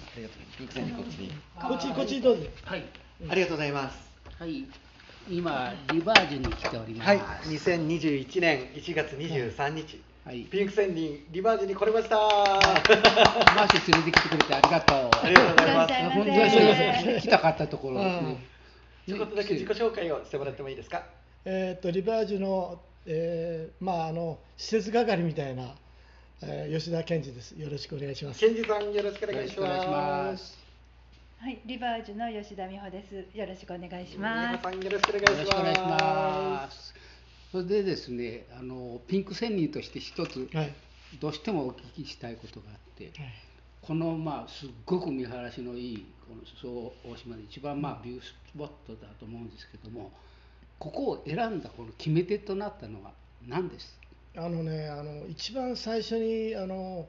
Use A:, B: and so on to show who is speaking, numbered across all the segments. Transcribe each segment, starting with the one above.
A: ありがとうございます。こっちに
B: こっちこっちどうぞ
C: はい、
A: ありがとうございます。
C: はい、今リバージュに来ております。
A: はい、2021年1月23日、
C: はい
A: ピンクセンディリバージュに来れました。
C: マーシー連れてきてくれてありがとう。
A: ありがとうございます
D: いらっしゃいま
C: 本当にそ
D: せ
C: うです来たかったところですね。
A: ちょっとだけ自己紹介をしてもらってもいいですか。
B: えー、とリバージュの,、えーまあ、あの施設係みたいな、えー吉田健二ですよろしくお願いします
A: ケンジさんよろしくお願いし
C: よろしくお願いし
A: ま
C: ますす。
D: はい、リバージュの吉田美穂です。よろしくお願いしま
A: 皆
D: す。
A: さんよろしくお願
C: よろ
A: い
C: し
A: し
C: くお願いしま
A: ます。
C: す。それでですね、あのピンク仙人として一つ
B: はい、はい
C: どうしてもお聞きしたいことがあって、このまあすっごく見晴らしのいいこのそう大島で一番まあビュースポットだと思うんですけども、ここを選んだこの決め手となったのは何です。
B: あのねあの一番最初にあの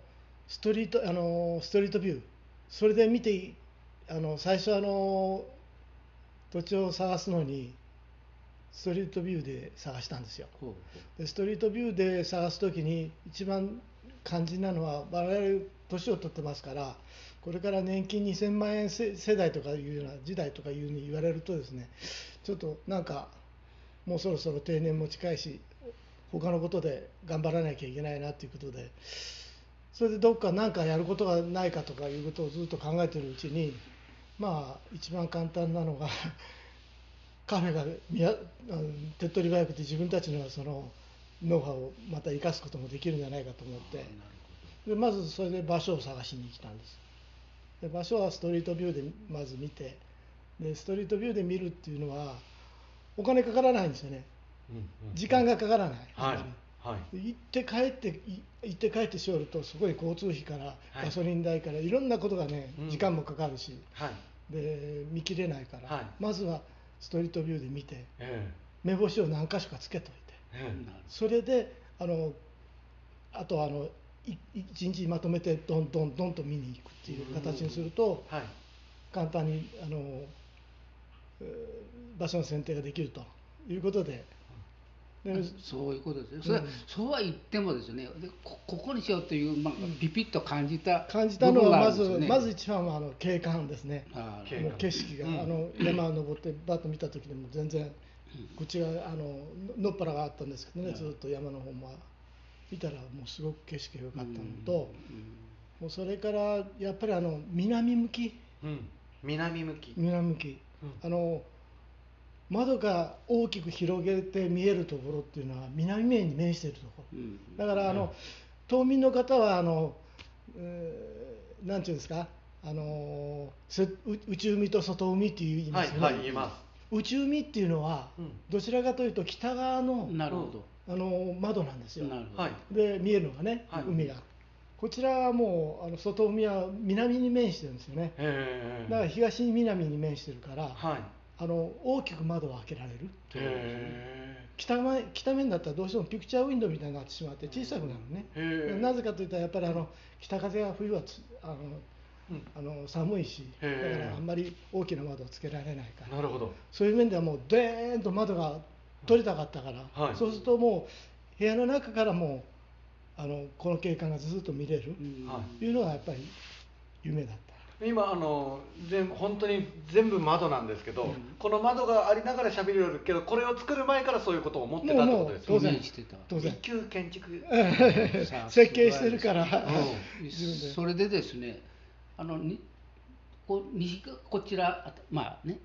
B: ストリートあのストリートビューそれで見てあの最初あの土地を探すのにストリートビューで探したんですよ
C: ほうほう
B: でストリートビューで探すときに一番肝心なのは我々年を取ってますからこれから年金2000万円せ世代とかいうような時代とかいうふうに言われるとですねちょっとなんかもうそろそろ定年も近いし他のことで頑張らなきゃいけないなということでそれでどっか何かやることがないかとかいうことをずっと考えてるうちにまあ一番簡単なのが カフェが見やあの手っ取り早くて自分たちのそのノウハウをまた生かすこともできるんじゃないかと思ってでまずそれで場所を探しに来たんですで場所はストリートビューでまず見てでストリートビューで見るっていうのはお金かからないんですよね時間がかからない、
A: はいはい。
B: で行って帰ってい行って帰ってしおるとそこに交通費から
A: はい
B: ガソリン代からいろんなことがね、
A: うん
B: 時間もかかるし
A: はい。
B: で見切れないから、
A: はい
B: まずはストリートビューで見て
A: え
B: 目星を何箇所かつけといて
A: えええ
B: それであのあとはあのい一日まとめてどんどんどんと見に行くっていう形にすると
A: はい。
B: 簡単にあのえー場所の選定ができるということでで
C: そういうことですね、それ
B: うん
C: そうは言ってもですねでこ、ここにしようという、まあ、ピピッと感じた
B: 感じたの
C: 部分
B: は
C: があ
B: ま
C: るん
B: ず、
C: ですよね
B: まず一番はあの景観ですね。
C: あー
A: 景
B: もう景色が、
A: うん
B: あの山を登ってバッと見た時でも全然こっちがあのののっぱらがあったんですけどね、
C: うん
B: ずっと山の方も見たらもうすごく景色が良かったのと、もうそれからやっぱりあの南向き
A: うん。南向き。
B: 南向き、あの窓が大きく広げて見えるところっていうのは南面に面しているところ、
C: うん
B: だからあの、島民の方はあの、えーなんていうんですかあのせう内海と外海っていう意味
A: は
B: で
A: い
B: すよね、
A: はい言いま
B: 内海っていうのは、
A: うん
B: どちらかというと北側の
C: なるほど、
B: あの窓なんですよ
C: なるほ
A: す。
C: ど、
A: はい。
B: で見えるのがね、
A: はい
B: 海がこちらはもうあの外海は南に面してるんですよね
A: ええ
B: だから東に南に面してるから、
A: はい。
B: あの大きく窓を開けられる
A: へ
B: 北前北面だったらどうしてもピクチャーウィンドウみたいになってしまって小さくなるのね、
A: へえ
B: なぜかというとやっぱりあの北風は冬はつあの
A: うん
B: あの寒いしだか
A: へえ
B: らあんまり大きな窓をつけられないから
A: なるほど。
B: そういう面ではもうデーンと窓が取れたかったから、
A: はい
B: そうするともう部屋の中からもうあのこの景観がずっと見れる
C: うん
A: はい
B: いうのがやっぱり夢だった。
A: 今あの全本当に全部窓なんですけど、この窓がありながら喋れるけどこれを作る前からそういうことを思ってたってことです
B: 当
A: よ
C: 当
B: 然
C: 然してた
B: 当然
A: 一級建築
C: さあ
B: 設計してるから、
A: う
C: それでですねあのにこう西がこちらあとまあね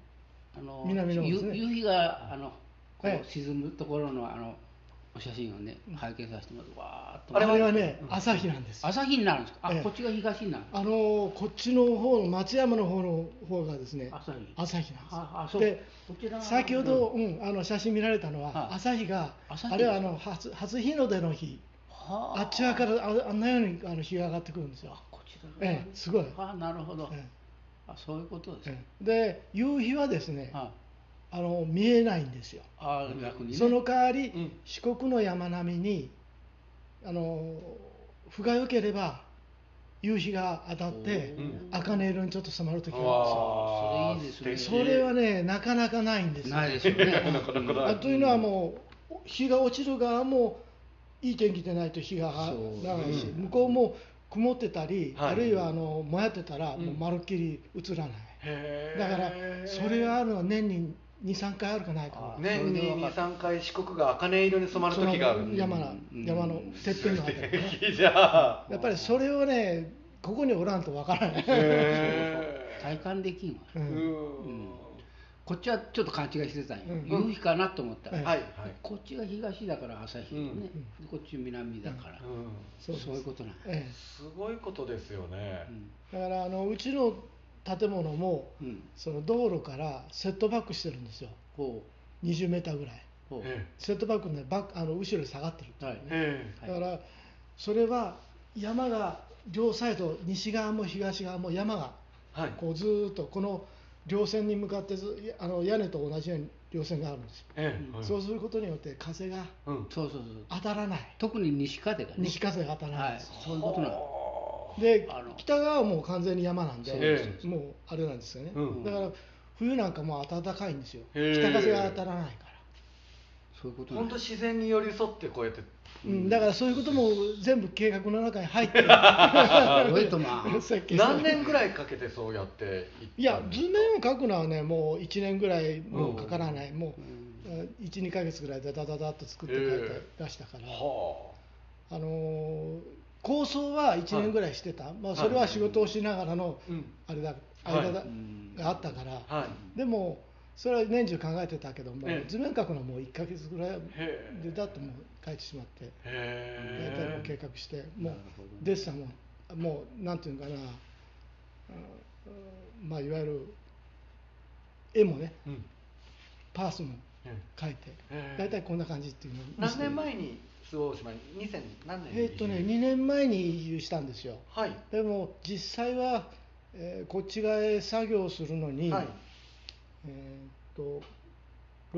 C: あの
B: 南の方ですね
C: ゆ夕日があのこ
B: え
C: う
B: え
C: 沈むところのあのお写真をね拝見させてもらってわーっと
B: あれはね、朝日なんですよ
C: 朝日になるんですかあ、
B: ええ
C: こっちが東になるんですか
B: あのこっちの方の松山の方の方がですね
C: 朝日
B: 朝日なんですよ
C: ああそう
B: で
C: こちらは
B: 先ほど、うんあの写真見られたのは、
C: はい
B: 朝日が
C: 朝日
B: あれはあの初初日の出の日
C: は
B: あっち側からああんなようにあの日が上がってくるんですよ、
C: こちらが
B: ええすごい、
C: あなるほど、
B: え
C: あそういうことです
B: え
C: ね、
B: で夕日はですね、
C: はい
B: あの見えないんですよ
C: あ逆にね
B: その代わり、
A: うん
B: 四国の山並みにあの不が良ければ夕日が当たって
A: うん
B: 茜色にちょっと染まる時があるんです
C: そ
B: よ
A: わあ
C: れいいですね
A: 素
B: そ
A: 敵
B: れはねなかなかないんですよ
C: ないですよね
A: なかなかない
B: あというのはもうお日が落ちる側もいい天気でないと日が長いし、
C: そう
B: 向こうも曇ってたり、
A: はい
B: あるいはあのもやってたら、
A: うん
B: もうまるっきり映らない、
A: へー
B: だからそれがあるのは年に23回あるかないか
C: あ
B: な
A: 年に
C: それで分かる
A: 23回四国が茜色に染まる時がある
B: その
A: んで
B: 山な
C: うん
B: 山のてっぺんのあたりね
A: いいじゃん
B: やっぱりそれをねここにおらんとわ からない、
A: へー
C: 体 感できんわ、
B: う
A: うんん
C: こっちはちょっと勘違いしてたんよ、
B: うん
C: 夕日かなと思ったら、
B: うん
A: はいはい
C: こっちが東だから朝日ね、
A: うん
C: でこっち南だから、
A: うん
B: そうです
C: そういうことなんや、
B: え
A: すごいことですよね
C: うん
B: え、だからあのうちの建物も
C: うん、
B: その道路からセットバックしてるんですよ
C: ほ
B: 20メーターぐらいう
C: ほう、
A: え
B: セットバックのねバックあの後ろに下がってる
C: はい、
A: ええ
C: は
B: だか
C: い、
B: らそれは山が両サイド西側も東側も山が
A: えはい
B: こうずーっとこの両線に向かってずいあの屋根と同じように両線があるんですよ、
A: ええ
B: そうすることによって風が
A: うん
C: そうそうそう
B: 当たらない
C: 特に西風がね
B: 西風が当たらないん
C: は
B: で
C: い
B: すよ、
C: そういうことなの
A: は
B: で
C: あの
B: 北側はもう完全に山なんで、
A: ええ
B: もうあれなんですよね、
A: うん
B: だから冬なんかもう暖かいんですよ
A: へえ
B: 北風が当たらないから、
C: そういうことな
A: 本
C: の
A: 当自然に寄り添ってこうやって
B: うん、だからそういうことも全部計画の中に入ってる
C: すごいとま あ
B: 設計してる
A: 何年ぐらいかけてそうやっていったん
B: いや
A: です
B: 図
A: か
B: 面を描くのはねもう1年ぐらいもうかからない、も
C: うん
B: う12か月ぐらいでダダダダっと作って書いて
A: え
B: 出したから、
A: は
B: あのー構想は1年ぐらいしてた、まあ、それは仕事をしながらの
A: いうん
B: あれだ、
A: はい
B: 間だ
C: うん
B: があったから、
A: あはい
B: でもそれは年中考えてたけども、
A: ええ
B: 図面描くのはもう1か月ぐらい
A: へえ
B: でだっともう書いてしまって大体もう
A: へ
B: 計
A: え
B: 画してもう
C: なるほどね
B: デッサンももうなんていうのかなあうんまあいわゆる絵もね
A: うん
B: パースも
A: え
B: 描いて
A: ええ
B: 大体こんな感じっていうのを見せ
A: 何
B: て
A: 年前に周防大島に2000何年に
B: えーっとね2年前に移住したんですよ
A: はい
B: でも実際は、えーこっち側へ作業するのに、
A: はい
B: えーっと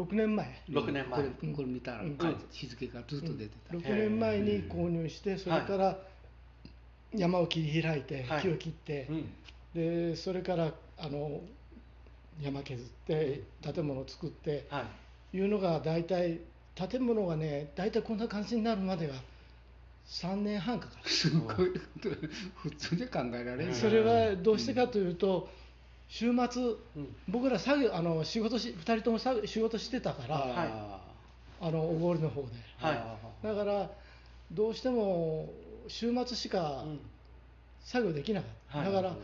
B: 6年前
A: 6年前
C: これこれ見たら、
B: うん
C: 日付がずっと出てた、
B: 6年前に購入してそれから山を切り開いて、
A: はい
B: 木を切って、
A: うん
B: でそれからあの山削って建物を作って
A: はい
B: いうのが大体建物がね大体こんな感じになるまでが3年半かかる
C: すごいこと普通で考えられ
A: うん
C: ん
B: それはどうしてかというと週末
A: うん
B: 僕ら作業あの仕事し2人とも作業仕事してたから、
A: はい
B: あのおごりの方で
A: はい
B: だからどうしても週末しか
A: うん
B: 作業できなかった、
A: は
B: だ
A: い
B: から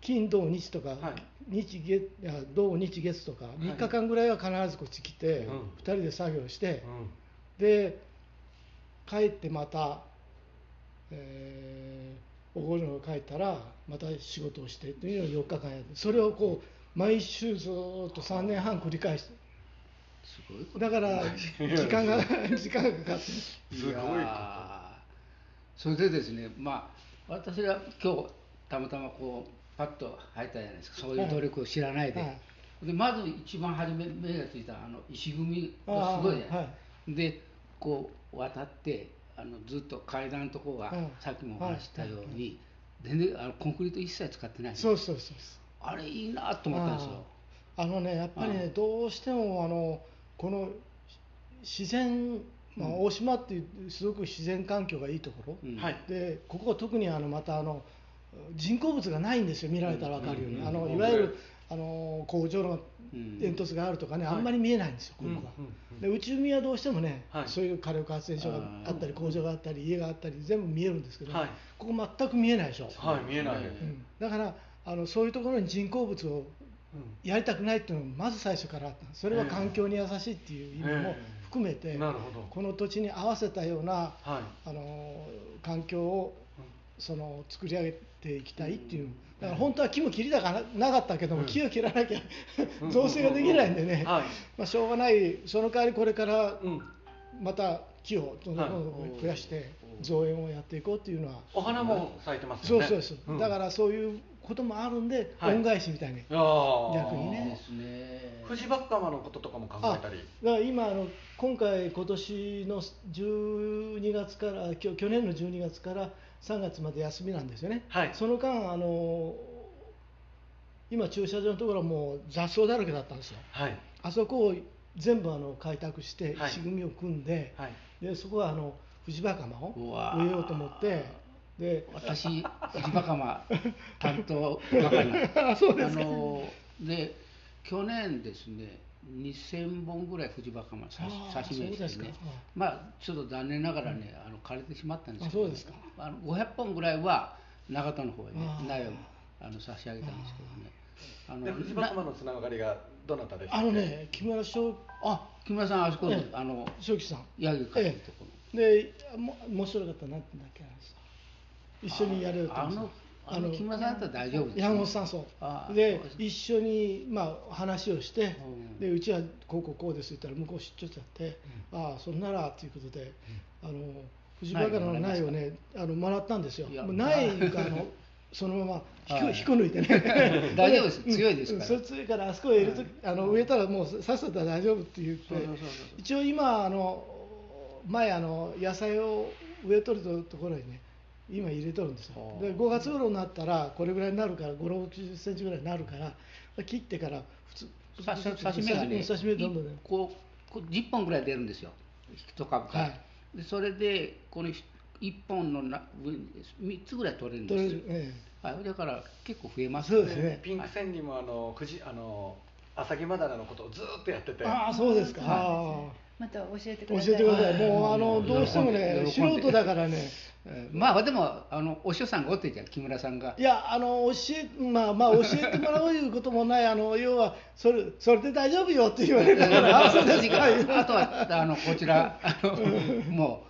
B: 金土日とか、
A: はい
B: 日月いや土日月とか
A: い
B: 3日間ぐらいは必ずこっち来て、
A: うん
B: 2人で作業して、
A: うん
B: で帰ってまた、えーおごるのが帰ったらまた仕事をしてというのを4日間やってそれをこう毎週ずーっと3年半繰り返して
C: すごいこと
B: だから時間が時間がかかって
A: すごいこと
C: やーそれでですねまあ私は今日たまたまこうパッと入ったじゃないですかそういう努力を知らないで、
B: はいは
C: でまず一番初め目がついたあの石組みがすごいじゃない、
B: あーは
C: でこう渡ってあのずっと階段のところが、
B: はい
C: さっきもお話ししたように、全然あのコンクリート一切使ってない
B: そうそうそうです
C: あれいいなと思ったんですよ
B: あーあのねやっぱり
C: う
B: ねどうしてもあのこのし自然、まあ、大島っていうすごく自然環境がいいところ、
C: うん
A: はい
B: でここは特にあのまたあの人工物がないんですよ見られたら分かるように、
A: うん
B: あ
A: う
B: の
A: ん
B: いわゆるあの工場の
C: うん
B: 煙突があるとかね、
A: はい
B: あんまり見えないんですよ、
A: うん
B: ここは。
A: うんうん
B: で内海はどうしてもね、
A: はい
B: そういう火力発電所があったり工場があったり家があったり全部見えるんですけど、
A: はい
B: ここ全く見えないでしょ、
A: はい見えないです
B: う
A: うん
B: んだからあのそういうところに人工物をやりたくないっていうのがまず最初からあったそれは環境に優しいっていう意味も含めて、
A: ええなるほど
B: この土地に合わせたような、
A: はい
B: あの環境をその作り上げていきたいっていう、だから本当は木も切りたかなかったけども、
A: うん
B: 木を切らなきゃ
A: うん
B: 造成ができないんでね、
A: うんはい
B: まあ、しょうがないその代わりこれから
A: うん
B: また木をどんどんどんどん増やして造園をやっていこうっていうのは。
A: お花も咲いてます
B: そ
A: よ
B: う
A: ね
B: そうそう、
A: ん
B: だからそういうこともあるんで、
A: はい
B: 恩返しみたいに
A: いやー
B: 逆にね
C: いいですね
A: 藤バッカマのこととかも考えたり
B: だから今あの今回今年の12月からきょ去年の12月から3月まで休みなんですよね、
A: はい
B: その間あの今駐車場のところはもう雑草だらけだったんですよ
A: はい
B: あそこを全部あの開拓して
A: はい
B: 石組みを組んで,、
A: はい
B: でそこはあの藤バカマを
C: うわー
B: 植えようと思ってで
C: 私、藤バカマ担当係なん
B: あ そうですか
C: あので去年ですね、2000本ぐらい藤バカマさ
B: あー
C: 差し入れして
B: そうで
C: ね
B: すかあ、
C: まあ、ちょっと残念ながらね、あの枯れてしまったんですけ
B: あ
C: ど、
B: そうですか
C: あの500本ぐらいは長田の方へね
B: あー、
C: 苗をあの差し上げたんですけどね。あ
A: で藤
C: な
A: 原様のつながりがどなたでしたっ
B: あ
A: け
B: のね木村正
C: あ木村さん、あそこの
B: ええ
C: あの
B: 正樹さん
C: ヤギ飼ってるところ、
B: でも面白かったなってだけなんです一緒にやれると
C: あのあの木村さんだったら大丈夫ですね
B: 山本さんそ
C: あ
B: う
C: ー
B: で
C: そうです
B: 一緒にまあ話をして
C: うん
B: でうちはこうこうこうですって言ったら向こう出張しちゃってああそんならということであの藤原の苗をねあのもらったんですよ
C: いや
B: もう苗があのそのまま引く,、
C: はい
B: 引く抜いてね
C: 大丈夫です
B: うん
C: 強いですから
B: うんそう強いからあそこへ入れと、あの植えたらもうさっさと大丈夫って言って
C: そうそうそうそう
B: 一応今あの前あの野菜を植えとるところにね今入れとるんですよ
C: あー
B: で5月頃になったらこれぐらいになるから5 6 0ンチぐらいになるから切ってから普通
C: ささ刺身がね、
B: 刺身どんどんね
C: 一個こう10本ぐらい出るんですよ、一株から。
B: はい
C: でそれで、この1本のな上に3つぐらい取れるん
B: 取
C: で
B: れ
C: すよ
B: る、。え
C: はい、だから結構増えます
B: そうですね
A: ピンク線にもあの藤あの浅木マダラのことをずーっとやってて
B: え、ああそうですか、
C: はい
B: あ
D: また教えて
B: あ
D: く
B: 教
D: だ
B: え
D: さい。
B: てください
C: はい
B: もうあの
C: もう
B: どうしてもね
C: 喜
B: 素
C: んで
B: 人だからね
C: えーまあでも、あのお師匠さんがおってじゃん木村さんが
B: い。やあの教えまあまあ教えてもらういうこともないあの要はそれそれで大丈夫よって言われるか
C: だから
B: らあ
C: あ
B: あそうですか
C: とはあのこちらあの も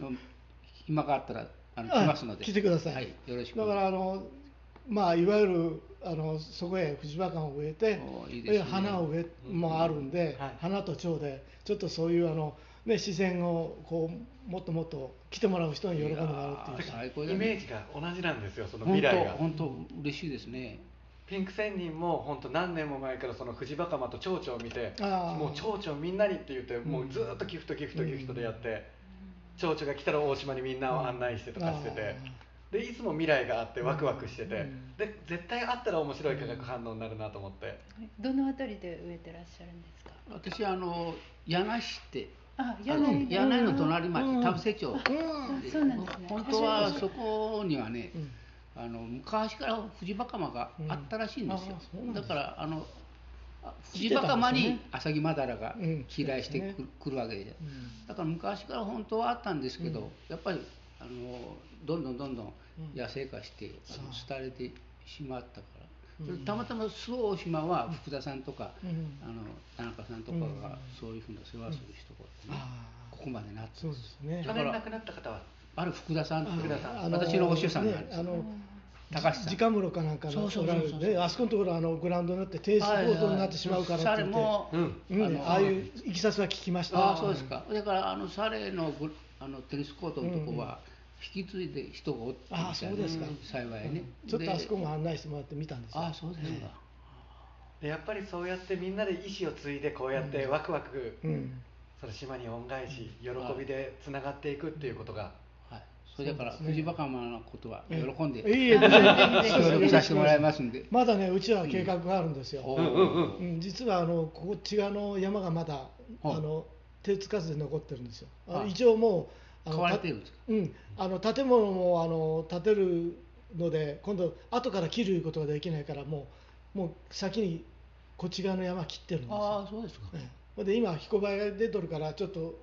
C: う暇があったらあの来ますので
B: 来てください、
C: はい、よろしく
B: だからあのまあいわゆるあのそこへ藤バカンを植えて
C: おーいいですね
B: 花を植えもあるんで、
A: はい
B: 花と蝶でちょっとそういうあの、ね、自然をこうもっともっと来てもらう人に喜んでもらうっていう
C: い
B: か
C: や最高だね
A: イメージが同じなんですよその
C: 本
A: 未
C: 当
A: 来が
C: 本当嬉しいですね
A: ピンク仙人も本当何年も前からその藤バカマと蝶々を見て
B: あー
A: もう蝶々みんなにって言ってもうずーっとギフトギフトギフトでやって、蝶々が来たら大島にみんなを案内してとかしてて、でいつも未来があってワクワクしてて、
B: うん
A: で絶対あったら面白い化学反応になるなと思って、
D: どのあたりで植えてらっしゃるんですか。
C: 私あの柳市って
D: あ、
C: あの
D: 柳
C: 柳の隣
B: うん
C: 町田伏町
B: うん
D: あそうなんですね
C: 本当はそこにはね
B: うん
C: あの昔から藤バカマがあったらしいんですよ、
B: うんあそうなんで
C: だ
B: す
C: からあのあ
B: 知
C: 藤
B: ってたん
C: バ
B: ですね
C: カマにアサギマダラが
B: うん
C: 飛来してく,、
B: そうですね
C: るわけで
B: うん
C: だから昔から本当はあったんですけど、
B: うん
C: やっぱりあのどんどんどんどん
B: うん
C: 野生化して、あの
B: そう
C: 廃れてしまったから、
B: うん
C: それたまたま周防大島は福田さんとか、
B: うん
C: あの田中さんとか
B: うん
C: がそういうふうな世話する人がね、
B: あー
C: ここまでなって
B: そうですね
C: だ
A: 去年
C: から
A: 亡くなった方は
C: ある福田さんって
A: 福田さん
B: あの
C: 私のお師匠さんがあるん
B: ね
C: です
B: あ
C: よ、
B: の
C: 高橋さん
B: 直室かなんかの
C: そうそうそうそう
B: おられるねあそこのところあのグラウンドになってテニスコートになってしまうからって
C: はい
B: 言
C: は
B: っ
C: い
B: て、
C: それも、
B: うんね
C: あの
B: ああいういきさつは聞きました
C: ああそうですか、だからあのサレのグあのテニスコートのとこは引き継いで人がおって
B: ああそうですか
C: 幸いね、
B: ちょっとあそこ
C: も
B: も案内してもらって見たんですよ
C: ああそうですか、
A: でやっぱりそうやってみんなで意志を継いでこうやってワクワク、
B: うん
A: その島に恩返し喜びでつながっていくっていうことが、
C: はい、それだから
B: そうですね
C: 藤バカマのことは喜んで
B: ええいえ全然
C: 協力させてもらいますんで、
B: まだねうちは計画があるんですよ、
C: お
B: う
C: ー
A: うんうん
B: ん実はあのここ千賀の山がまだあ
C: はい
B: の手つかずで残ってるんですよ、あ
C: はい
B: 一応もうあの
C: 買われてるんですか
B: うん、あの建物もあの建てるので今度後から切ることができないからもうもう先にこっち側の山切ってるんです
C: あ
B: よ
C: あそうですか、
B: ええで今彦ばが出とるからちょっと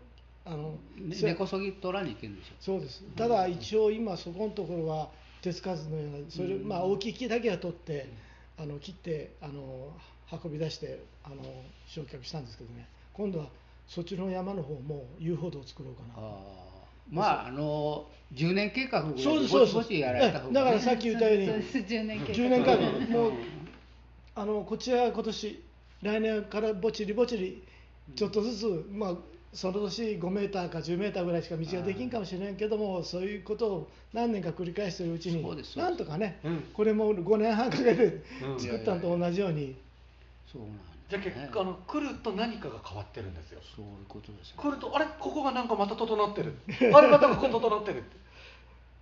B: あの
C: ね
B: せ
C: 根こそぎ取らに行けるんでしょ
B: そうですただ一応今そこのところは手つかずのようなそれ、まあ、大きい木だけは取ってあの切ってあの運び出してあの焼却したんですけどね今度はそっちの山の方も遊歩道を作ろうかな
C: ああまああの10年計画ぐらい
B: そうです
C: ぼち
B: そう
C: ぼ
B: です
C: ちやられた方が、ね、
B: だからさっき言ったように
D: そうです10年計画
B: 10年間もうあのこちらは今年来年からぼちりぼちりちょっとずつ、まあその年5メーターか10メーターぐらいしか道ができんかもしれんけどもそういうことを何年か繰り返しているうちに
C: そうですそうです
B: なんとかね、
A: うん
B: これも5年半かけて
A: うん
B: 作ったのと同じように、
C: そうなん
A: じ
C: だ
A: ゃあ
C: ね
A: 結果、あの来ると何かが変わってるんですよ
C: そういうことですね
A: 来るとあれここがなんかまた整ってるあれまたここ整ってるって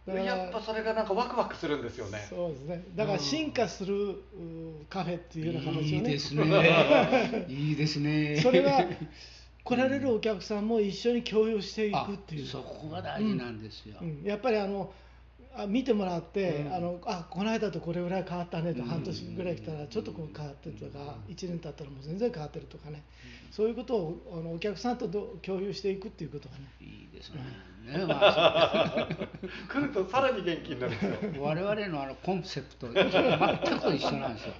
B: だから
A: やっぱそれがなんかワクワクするんですよね
B: そうですねだから進化する、うーカフェっていうような形
C: い
B: を
C: い
B: ね
C: ですね。 いいですね。
B: それは来られるお客さんも一緒に共有していくっていう。
C: あそこが大事なんですよ。
B: うん、やっぱりあのあ見てもらって、
C: うん
B: あのあこの間とこれぐらい変わったねと、
C: うん
B: 半年ぐらい来たらちょっとこう変わってるとか、1年経ったらもう全然変わってるとかね、そういうことをあのお客さんとど共有していくっていうことがね、
C: いいですね。ねまあ
A: 来るとさらに元気になるんですよ
C: 我々のあのコンセプト全く一緒なんですよ。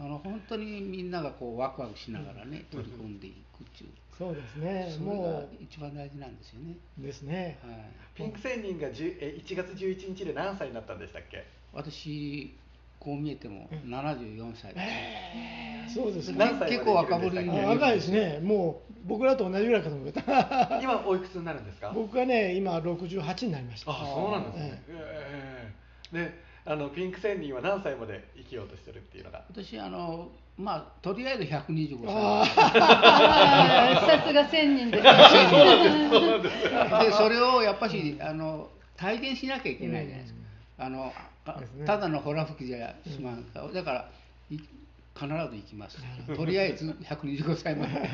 C: あの本当にみんながこうワクワクしながらね取り組んでいくっていう、
B: そうですね、
C: それが
B: も
C: 一番大事なんですよね。
B: うですね、
C: はい。
A: ピンク仙人が10え1月11日で何歳になったんでしたっけ
C: 私こう見えても74歳です、
B: そうですね、
A: 何歳まで
C: 結構若ぶり
B: あ
C: に
B: 若いですね、もう僕らと同じぐらいかと思った
A: 今おいくつになるんですか
B: 僕はね、今、68になりました。
A: あそうなんですね、ええであのピンク仙人は何歳まで生きようとしてるっていうのが
C: 私あのまあとりあえず125
B: あ
C: 歳
D: あーさすが千人ですね。
C: でそれをやっぱしあの体現しなきゃいけないじゃないですか、あのあ
B: ですね
C: ただのほら吹きじゃすまんから、だからい必ず行きますとりあえず125歳まで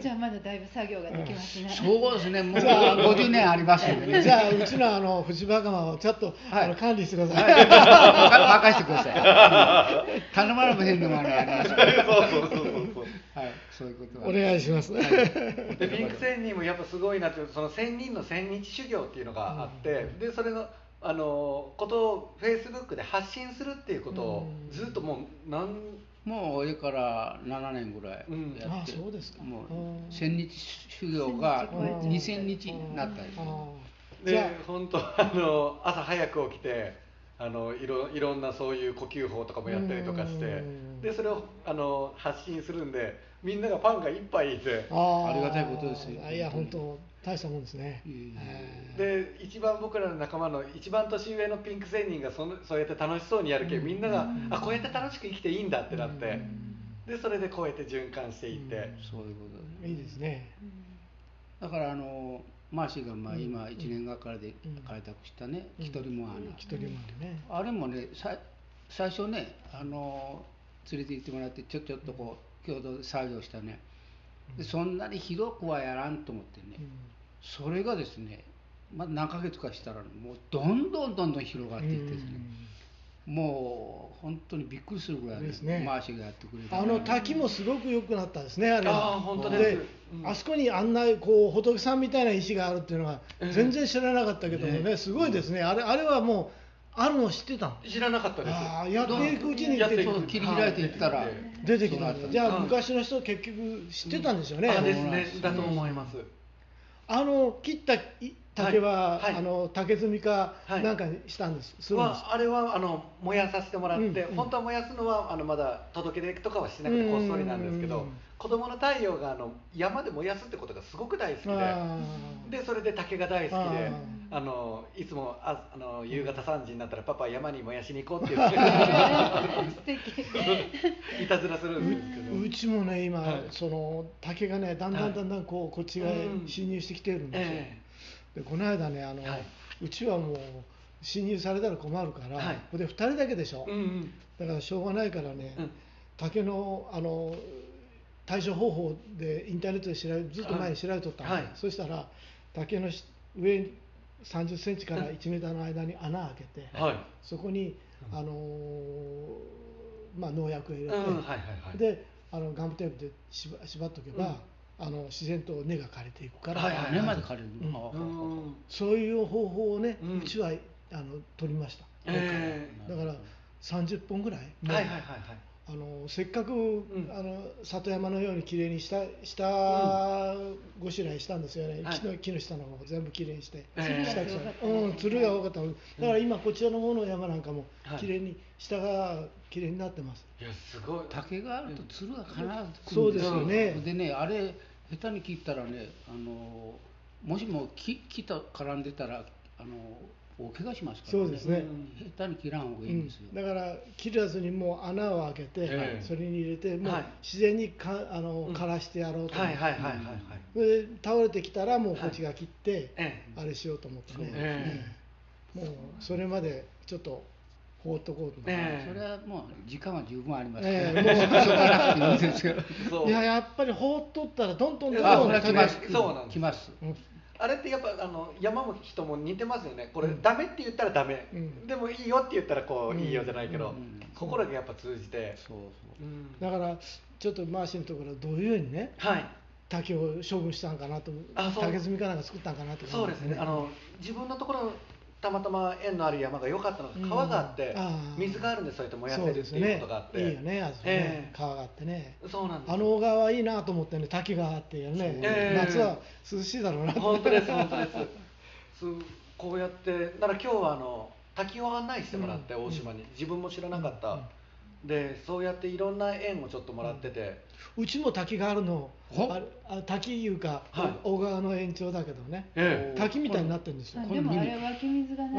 D: じゃあまだだいぶ作業ができますね。
C: そうですねもう50年ありますよね
B: じゃあうちのあの藤バカマをちょっと、
C: はい
B: あの管理してください。
C: はい任任してください、うん頼まれませんでもあれありますから
A: そうそうそうそう
C: はい、そういうことは
B: お願いします。
A: そうでピンク仙人もやっぱすごいなってその仙人の千日修行っていうのがあって、でそれのあのことをフェイスブックで発信するっていうことを
B: うん
A: ずっともう何
C: もうあれから7年ぐらいや
B: あ
C: って、
B: そうですか。
C: もう
B: うん
C: 千日修行が
B: うん
C: 2000日になったんですよ
B: うんじ
A: で
B: ゃ
A: 本当あの朝早く起きてあのいろいろんなそういう呼吸法とかもやったりとかして
B: うん
A: でそれをあの発信するんでみんながパンが一杯いて
B: ああー
C: ありがたいことですよ
B: いや本当大したもんですね。
C: うん
B: えー
A: で一番僕らの仲間の一番年上のピンク仙人がそのそうやって楽しそうにやるけみんながあこうやって楽しく生きていいんだってなってでそれでこうやって循環していって
C: そういうことです
B: いいですね。
C: だからあのマーシーがまあ今1年がかりで
B: うん
C: 開拓したね「一人もあ
B: 一人もあるね。
C: あれもねさい最初ねあの連れて行ってもらってちょちょっとこう共同で作業したねでそんなに広くはやらんと思ってね、それがですね、まあ、何ヶ月かしたらもうどんどんどんどん広がっていってですね、もう本当にびっくりするぐらい
B: ですね
C: 回しがやってくれて
B: あの滝もすごく良くなったですねあれは
A: あー本当ですうん
B: あそこにあんなこう仏さんみたいな石があるっていうのは全然知らなかったけどもね、すごいですねあれあれはもうあるの知ってたの
A: 知らなかったです
B: ああやっていくうちに
A: やって
B: 出
A: い
B: て
A: く
B: き
C: 切り開いていったら、
A: はい
B: た出てきたん
C: そうな
B: だ
C: ん
B: じゃあ
A: うん
B: 昔の人結局知ってたんでしょうね、
A: あ
B: あの
A: ですねだと思います
B: あの切ったい竹は、
A: はいはい
B: あの竹積みか
A: はい
B: なんかにしたんです、するんです
A: はあれはあの燃やさせてもらって、
B: うんうん
A: 本当は燃やすのはあのまだ届け出とかはしなくてこっそりなんですけど、
B: うん
A: 子供の太陽があの山で燃やすってことがすごく大好き
B: あ
A: ででそれで竹が大好きで
B: あ。
A: あのいつもああの夕方3時になったらパパ山に燃やしに行こう っていう
D: 素敵。
A: いたずらするんですけど、
B: うちもね今、
A: はい
B: その竹がねだんだ
A: は
B: ん
A: い
B: だんだんこうこっち側へ
A: うん
B: 侵入してきてるんですよ、
A: え
B: でこの間ねあの、
A: はいう
B: ちはもう侵入されたら困るから、
A: はい
B: これで2人だけでし
A: え
B: ょ、
A: うんうん
B: だからしょうがないからね、
A: うん
B: 竹のあの対処方法でインターネットで調べずっと前に調べとったの、
A: はい
B: そしたら竹のし上に30センチから1メーターの間に穴開けて、
A: はい、
B: そこに、あのまあ、農薬を入
A: う
B: れ
A: ん
B: て、
A: はいはいはい
B: であのガムテープで縛縛っとけば、あの自然と根が枯れていくから、
A: はいはい
C: あ根まで借りるの、
A: う
C: ああ
A: ん
B: そういう方法をね、
A: う
B: うんちはあの取りました、
A: ええ
B: だから30本ぐらい、
A: はいはいはいはい
B: あのせっかく、
A: ん
B: あの里山のようにきれいにしたしたごしらえしたんですよね、
A: はい
B: 木の木の下の方を全部きれいにして、
A: ええ
B: 下
D: つるが
B: 草うん、つるが多かったのだから今こちらの方の山なんかも
A: はい
B: きれいに、下がきれいになってます
A: いやすごい
C: 竹があるとつるが必ず来るん
B: そうですよね
C: でねあれ下手に切ったらねあのもしも木木と絡んでたらあの大怪我しますから、
B: そうですね、
C: 下手に切らん方がいいんですよ、
B: だから切らずにもう穴を開けて、
A: ええ
B: それに入れてもう
A: はい
B: 自然にかあの
A: うん
B: 枯らしてやろうと思っ
A: は
B: て、
A: いはいはいはいはい
B: それで倒れてきたらもうこっちが切って、
A: ええ
B: あれしようと思ってね、
A: え
B: もうそれまでちょっと放っとこうと思って、
A: ええ
C: それはもう時間は十分ありますから、
B: ええ
C: もうそこからって言 うんですけど
A: そう
B: いややっぱり放っとったらどんどんどん
A: あ
B: ど
A: そ
B: ん
A: れは
C: 来
A: 来
C: ま
A: ますすそうなんです
C: 来ます
B: うん
A: あれってやっぱあの山も人も似てますよねこれ、
B: うん
A: ダメって言ったらダメ、
B: うん
A: でもいいよって言ったらこう、
B: うん
A: いいよじゃないけど、
C: うん
A: 心がやっぱ通じて、
C: そうそう
B: だからちょっとマーシーのところはどういうようにね
A: はい
B: 竹を処分したんかなと
A: あそう
B: 竹炭かなんか作ったんかなとか
A: そうですねあの自分のところたまたま縁のある山が良かったのが川があって、
B: うんあー
A: 水があるんでそうやって燃や
B: そ
A: せ
B: う
A: るっ
B: です
A: ていう
B: ね
A: ことがあって
B: いいよねあそこね
A: ええ
B: 川があってね
A: そうなんです
B: あの小川はいいなと思ってね滝があってね、
A: ええ
B: 夏は涼しいだろうなと
A: 本当です本当です そうこうやってだから今日はあの滝を案内してもらって、
B: うん
A: 大島に自分も知らなかった、
B: うん
A: でそうやっていろんな縁をちょっともらってて、
B: うちも滝があるの
C: ほ
B: ああ滝いうか、
A: はい
B: 小川の延長だけどね
A: ええ
B: 滝みたいになってるんですよ
D: あ
C: 今度
D: でもあ
C: 見
D: れ
C: に
D: 湧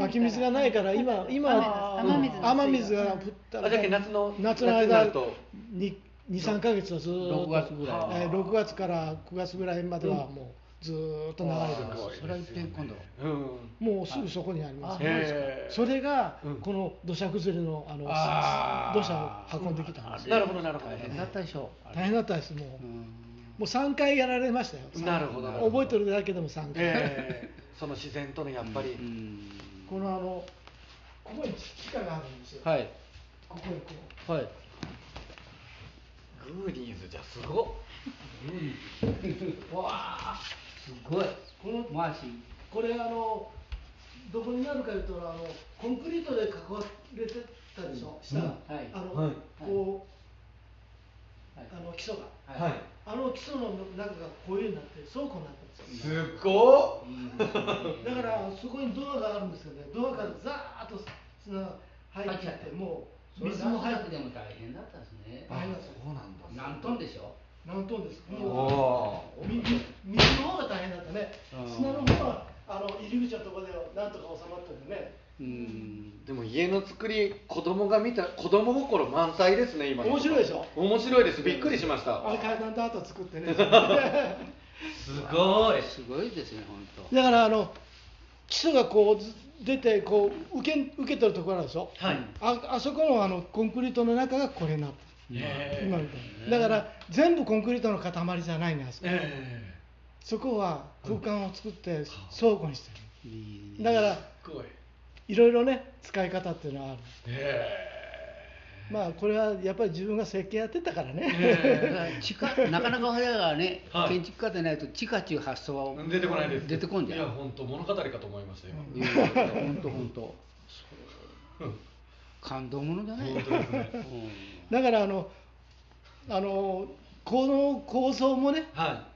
D: き水がないから
B: 湧き水がないから今今は
D: 雨です
B: 雨
D: 雨水
B: 水
D: の水
B: が
D: が
B: 降った
A: あじゃあ夏の
B: 夏の
A: 夏にな
B: 間
A: ると
B: に23か月はずーっ
C: 6月
B: と
C: ぐらい
A: はあ
B: えー6月から9月ぐらいまではもうずーっと流れてますす
A: ごいです
C: それは一
A: よね
C: 遍今度
A: うん
B: もうすぐそこにありますね、
C: あ
A: ええ
B: それが
A: うん
B: この土砂崩れのあの
C: あー
B: 土砂を運んできたんです
A: なるほどなるほ
C: 大
A: ど
C: 変だったでしょう
B: 大変だったですもう
C: う
B: も
C: ん
B: う3回やられましたよ
A: なるほどなるほど
B: 覚えてるだけでも3回、
A: ええその自然とのやっぱり、
C: うん
B: このあのここに機械があるんですよ、
C: はい
B: ここにこ
C: はい
A: グーニーズじゃすごっ
C: わあすごいこのマーシー
B: うこれあのどこになるかというとあのコンクリートで囲われてたでしょ、下が、
C: うんはい
B: あの、
A: はい
B: こう、
C: はい
B: あの基礎が、
A: はい
B: あの基礎の中がこういうようになって倉庫になってるんですよ
A: すごっ
C: いいですね
B: だからそこにドアがあるんですよねドアからザーッと砂が入ってきても
C: そうれ
B: 水も入っ
C: 出すだけ
B: て
C: でも大変だったですね
B: あ
A: そうなんだ
C: 何トンでしょ
B: 何トンです
A: お
B: も
A: お
B: うみ水の方が大変だったね
C: うん
B: 砂の方はあの入り口のところでなんとか収まってるね
C: うん
A: でも家の作り子供が見た子供心満載ですね今の
B: 面白いでしょ
A: 面白いですびっくりしました
B: あれ階段だと作って ね だか
A: すごい
C: すごいですね本当
B: らあの基礎がこうず出てこう受け受けてるところあるでしょ
A: はい
B: ああそこのあのコンクリートの中がこれになってる
A: え
B: 今みたいにだから全部コンクリートの塊じゃないんです
A: え
B: そこは空間を作って倉庫にして
C: いい
B: るだから
A: すごい
B: いろいろね使い方っていうのはある
A: え
B: まあこれはやっぱり自分が設計やってたからね
C: だ
A: え
C: から地下なかなか親がね、
A: はい
C: 建築家でないと地下っていう発想は
A: 出てこないです
C: 出てこんじゃ
A: いや
C: ん
A: 本当物語かと思いました今
C: 本当本当感動ものだね
A: 本当ですね
B: だからあのあのこの構造もね
A: は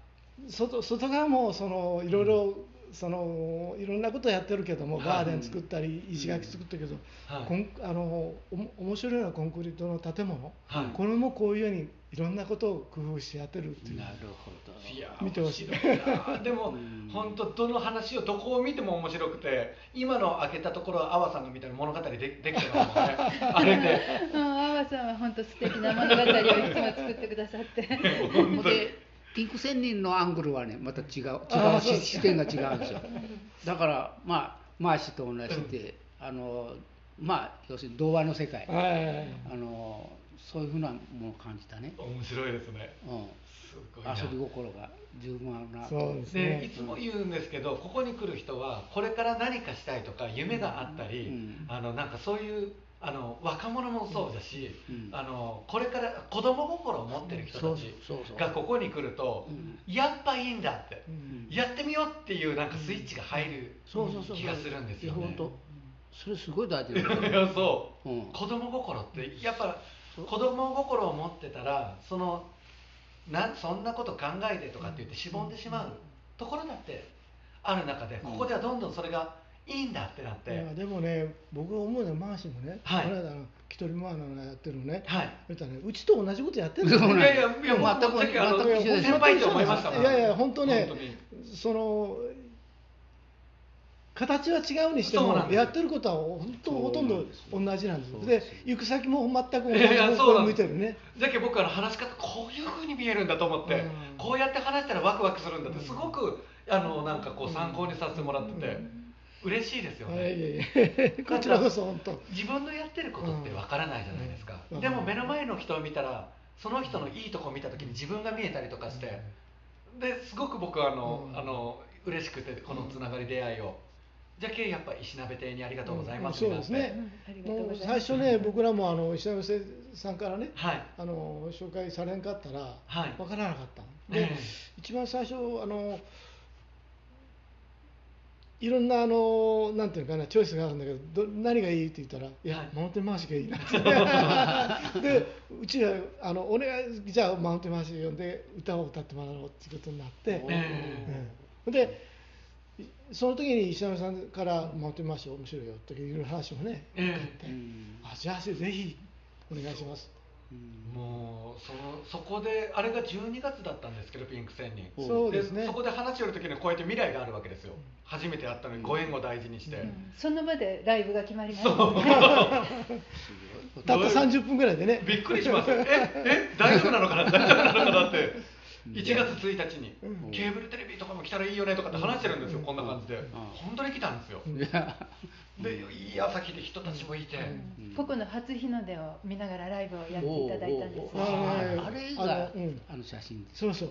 B: 外外側もそのいろいろそのいろんなことやってるけども
A: はい
B: ガーデン作ったり石垣作ったけど、
A: はい
B: こんあのおも面白いのはコンクリートの建物、
A: はい
B: これもこういうようにいろんなことを工夫してやってるっ
C: う
B: てい
C: ん
B: う
C: なるほど
A: いいや
B: 見てほしい
A: 面白いなで も本当どの話をどこを見ても面白くて今の開けたところは阿波さんのみたいな物語でできてますもん ねあれで
D: うん阿波さんは本当素敵な物語をいつも作ってくださって
A: 本当に
C: でピンク仙人のアングルはねまた違う違
B: あー
C: うし視点が違うん ですよだからまあマーシーと同じで、あのまあ要するに童話の世界、
B: はい
C: あのそういうふうなものを感じたね、
A: 面白いですね
C: うん、
A: すごいな
C: 遊び心が十分あるな
B: そうです
A: でい
B: ね。
A: つも言うんですけどここに来る人はこれから何かしたいとか夢があったり、
C: うん
A: あのなんかそういうあの若者もそうだし、
C: うん
A: あのこれから子供心を持ってる人たち
C: そうそうそう
A: がここに来ると、やっぱいいんだって、
B: うん
A: やってみようっていうなんかスイッチが入る
C: そうそうそう
A: 気がするんですよね。
C: いや本当それすごい大事だ
A: い
C: よ
A: やそう、
C: うん
A: 子供心ってやっぱ子供心を持ってたらそのなそんなこと考えてとかって言ってしぼんでしまうところだってある中でここではどんどんそれがいいんだってなって、
B: いやでもね、僕が思うのはマーシーもね、
A: はい
B: この間の一人もあのやってるね、
A: はい
B: 言ったらね、うちと同じことやってるん
C: そ
B: だ
C: うな
B: よ
C: ん
A: い
C: です
A: やいやいや
C: もう
A: 全く
C: 全く
A: あの
C: 全く一緒です
A: 先輩って思いましたから
B: いやいや本当ね
A: 本当に
B: その形は違うにして
A: そう
B: も
A: なんですよ
B: やってることは本当ほとんど同じなんです
C: そう
B: よ
C: なん
B: で
C: ですよ
B: 行く先も全く同
A: い
B: じ
A: やいや
B: 方
A: そう
B: 向
A: な
B: を
A: んで
B: 向い
A: す
B: てるね
A: じゃけ僕あの話し方こういう風に見えるんだと思って、
B: うん
A: こうやって話したらワクワクするんだってすごくあのなんかこう参考にさせてもらってて、嬉しいですよね。
B: はいいやいやこちらこそ本当
A: 自分のやってることってわからないじゃないですか、
B: うん
A: でも目の前の人を見たらその人のいいとこ見た時に自分が見えたりとかして、ですごく僕はあの、
B: うん
A: あの嬉しくてこのつながり出会いをじゃあ K やっぱ石鍋亭にありがとうございます
B: そう
A: にな
B: で
A: っ
B: す
A: て
B: ね
D: あり。がとう
B: も
D: ご
B: う
D: ざいま
B: 最
D: す
B: 初ね、僕らもあの石上さんからね、
A: はい
B: あの紹介されんかったら、
A: はい
B: 分からなかったの。
A: え
B: で、
A: え
B: 一番最初あの。いろんなあのなんていうのかなチョイスがあるんだけどど何がいいって言ったら「い
A: はい
B: やマウンテン回しがいい な」ってでうちはあの「お願いじゃあマウンテン回し呼んで歌を歌ってもらおう」っていうことになって
C: お、
A: え
B: うんでいその時に石上さんから「マウンテンマッシュ面白いよ」っていう話をね
A: ええ
B: で
C: うん
B: あじゃあぜひお願いします
C: うん
A: もうそのそこであれが12月だったんですけどピンク戦に
C: お
B: そうですね
A: そこで話し寄る時にこうやって未来があるわけですよ初めて会ったのにご縁を大事にして、
D: うんその場でライブが決まりました、
C: すごい
B: たった30分ぐらいでね
A: びっくりしますよええ大丈夫なのかな大丈夫なのかなって1月1日に
B: うん
A: ケーブルテレビとかも来たらいいよねとかって話してるんですよこんな感じ
C: ん
A: で本当に来たんですよ
C: い や
A: でいい朝日で人たちもいて
C: うん
D: ここの初日の出を見ながらライブをやっていただいたんです
B: おうおうおう
D: が
B: はい
C: あれが
B: あのうん
C: あの写真です。
B: そうそう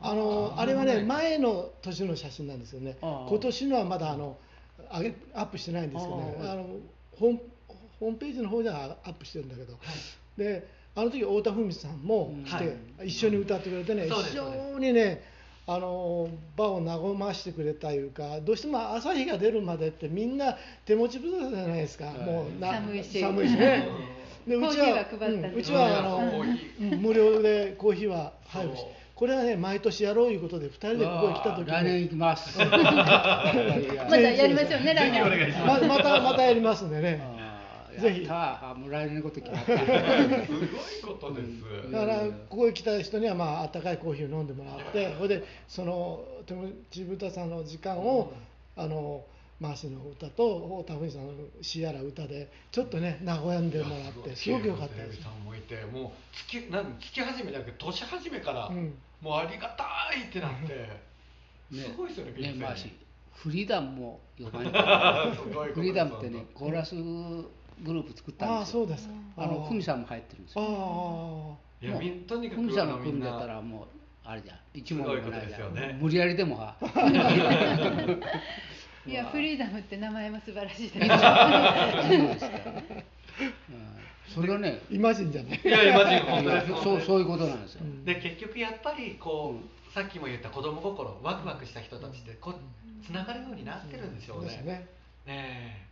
B: あのあれはね前の年の写真なんですよね
C: ああ
B: 今年のはまだあの上げアップしてないんですけどね
C: ああ
B: あのホームホームページの方ではアップしてるんだけどであの時太田文さんも来て一緒に歌ってくれてね
A: そうです
B: 非常にねあの場を和ましてくれたいうかどうしても朝日が出るまでってみんな手持ち無沙汰じゃないですか
C: はい
B: もうな
D: 寒いし
B: 寒いしね
D: うん
B: でうち
D: コーヒーは
B: は
D: 配ったり
B: うんうちはあの
A: コーヒ
B: うん無料でコーヒーは配布し
A: そう
B: てこれはね毎年やろういうことで2人でここへ来た時
C: 来年
B: に
C: 行きます。
D: またやりましょうね来
A: ぜひお願い
D: 年
A: します
B: ままたまたやりますんでね
C: ぜ
B: ぜ
C: ひ。
B: ひ
C: あもう来年のこと決まった。
A: すごいことです、
C: うん
B: だからここへ来た人にはまあ温かいコーヒーを飲んでもらってそれでその友ちぶたさんの時間をあのマーシーの歌と太田文さんの詩やら歌でちょっとね和やんでもらってすごく良かったです
A: テレビさんもいてもう月なん月始めじゃなくて年始めから、
B: うん
A: もうありがたいってなって、すごいですよねビンセン
C: ね、まあし、フリーダムも呼ばれ
A: すごいことです
C: フリーダムってね、コーラスグループ作ったん
B: ああ
C: ですよ。
B: そうですか
C: あの、ふみ
B: ん
C: さんも入ってるんです
B: あ
C: よ。
B: あ
A: いや
C: もう
A: みんとにかく
C: ふみさん
A: あ
C: が
A: の
C: 来るんだった
A: みんな
C: ら、もう、あれじゃん、一問もないじ
A: すご
C: ゃ
A: いこと
C: ん。
A: ですよね
C: 無理やりでもは。
D: いやフリーダムって名前も素晴らしいです
C: そうですかうんそれはね、
B: イマジンじゃない
A: いやいやマジ本当です
C: そうそういうことなんですよ。
A: で結局やっぱりこう、さっきも言った子供心ワクワクした人たちってこつながるようになってるんでしょうね、
B: ですね
A: ねえ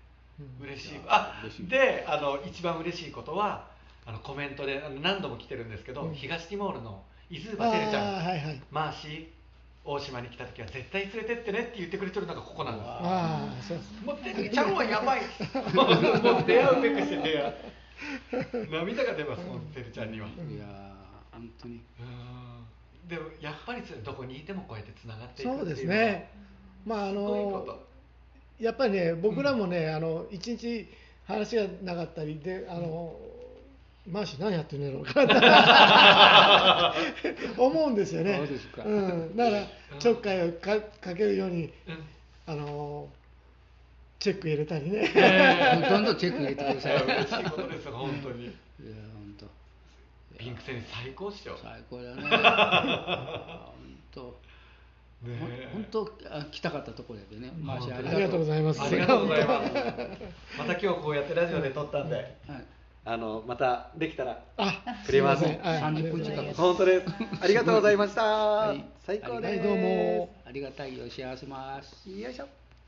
B: うん
A: 嬉しい
C: いや
A: あ
C: 嬉しい
A: であの一番嬉しいことはあのコメントであの何度も来てるんですけど、
B: うん
A: 東ティモールの伊豆
B: ああ
A: バテルちゃん
B: はいはい
A: マーシー大島に来た時は絶対連れてってねって言ってくれてるのがここなんです
B: ああそうです
A: 持ってっちゃうは やばいもう出会うべくして出会う涙が出ますもんてるちゃんにはい
C: やー、本当に。
A: うんでもやっぱりそれどこにいてもこうやってつながっていくってい
B: そう
A: のは
B: ですね。まああ
A: すごいこ
B: の
A: と
B: やっぱりね僕らもね、あの一日話がなかったりであの、マーシー何やってんのやろうかって 思うんですよね。
C: そうですか
B: ん、だからちょっかいをかかけるように
A: うん
B: あのチェック入れたりね。
C: どんどんチェック入れてくだ
A: い
C: さい。
A: や
C: いや、
A: 嬉しいことですよ本当に
C: 本当。
A: ピンク戦最高っしょね
C: 最高 だね。本当。
A: え
C: 本当、あ来たかったところでね。まあ、
A: 本当
C: あ
B: ありがとうございます
A: ありがとうございますまた今日こうやってラジオで撮ったんで
C: はい
A: あのまたできたら
B: あ、
A: 触れます
B: いせんはい
C: 30分近くです。
A: 本当です。ありがとうございました。
C: はい
A: 最高
B: は
A: で
B: い
A: す。
B: どうも。
C: ありがたいよ、幸せます。
A: よいしょ。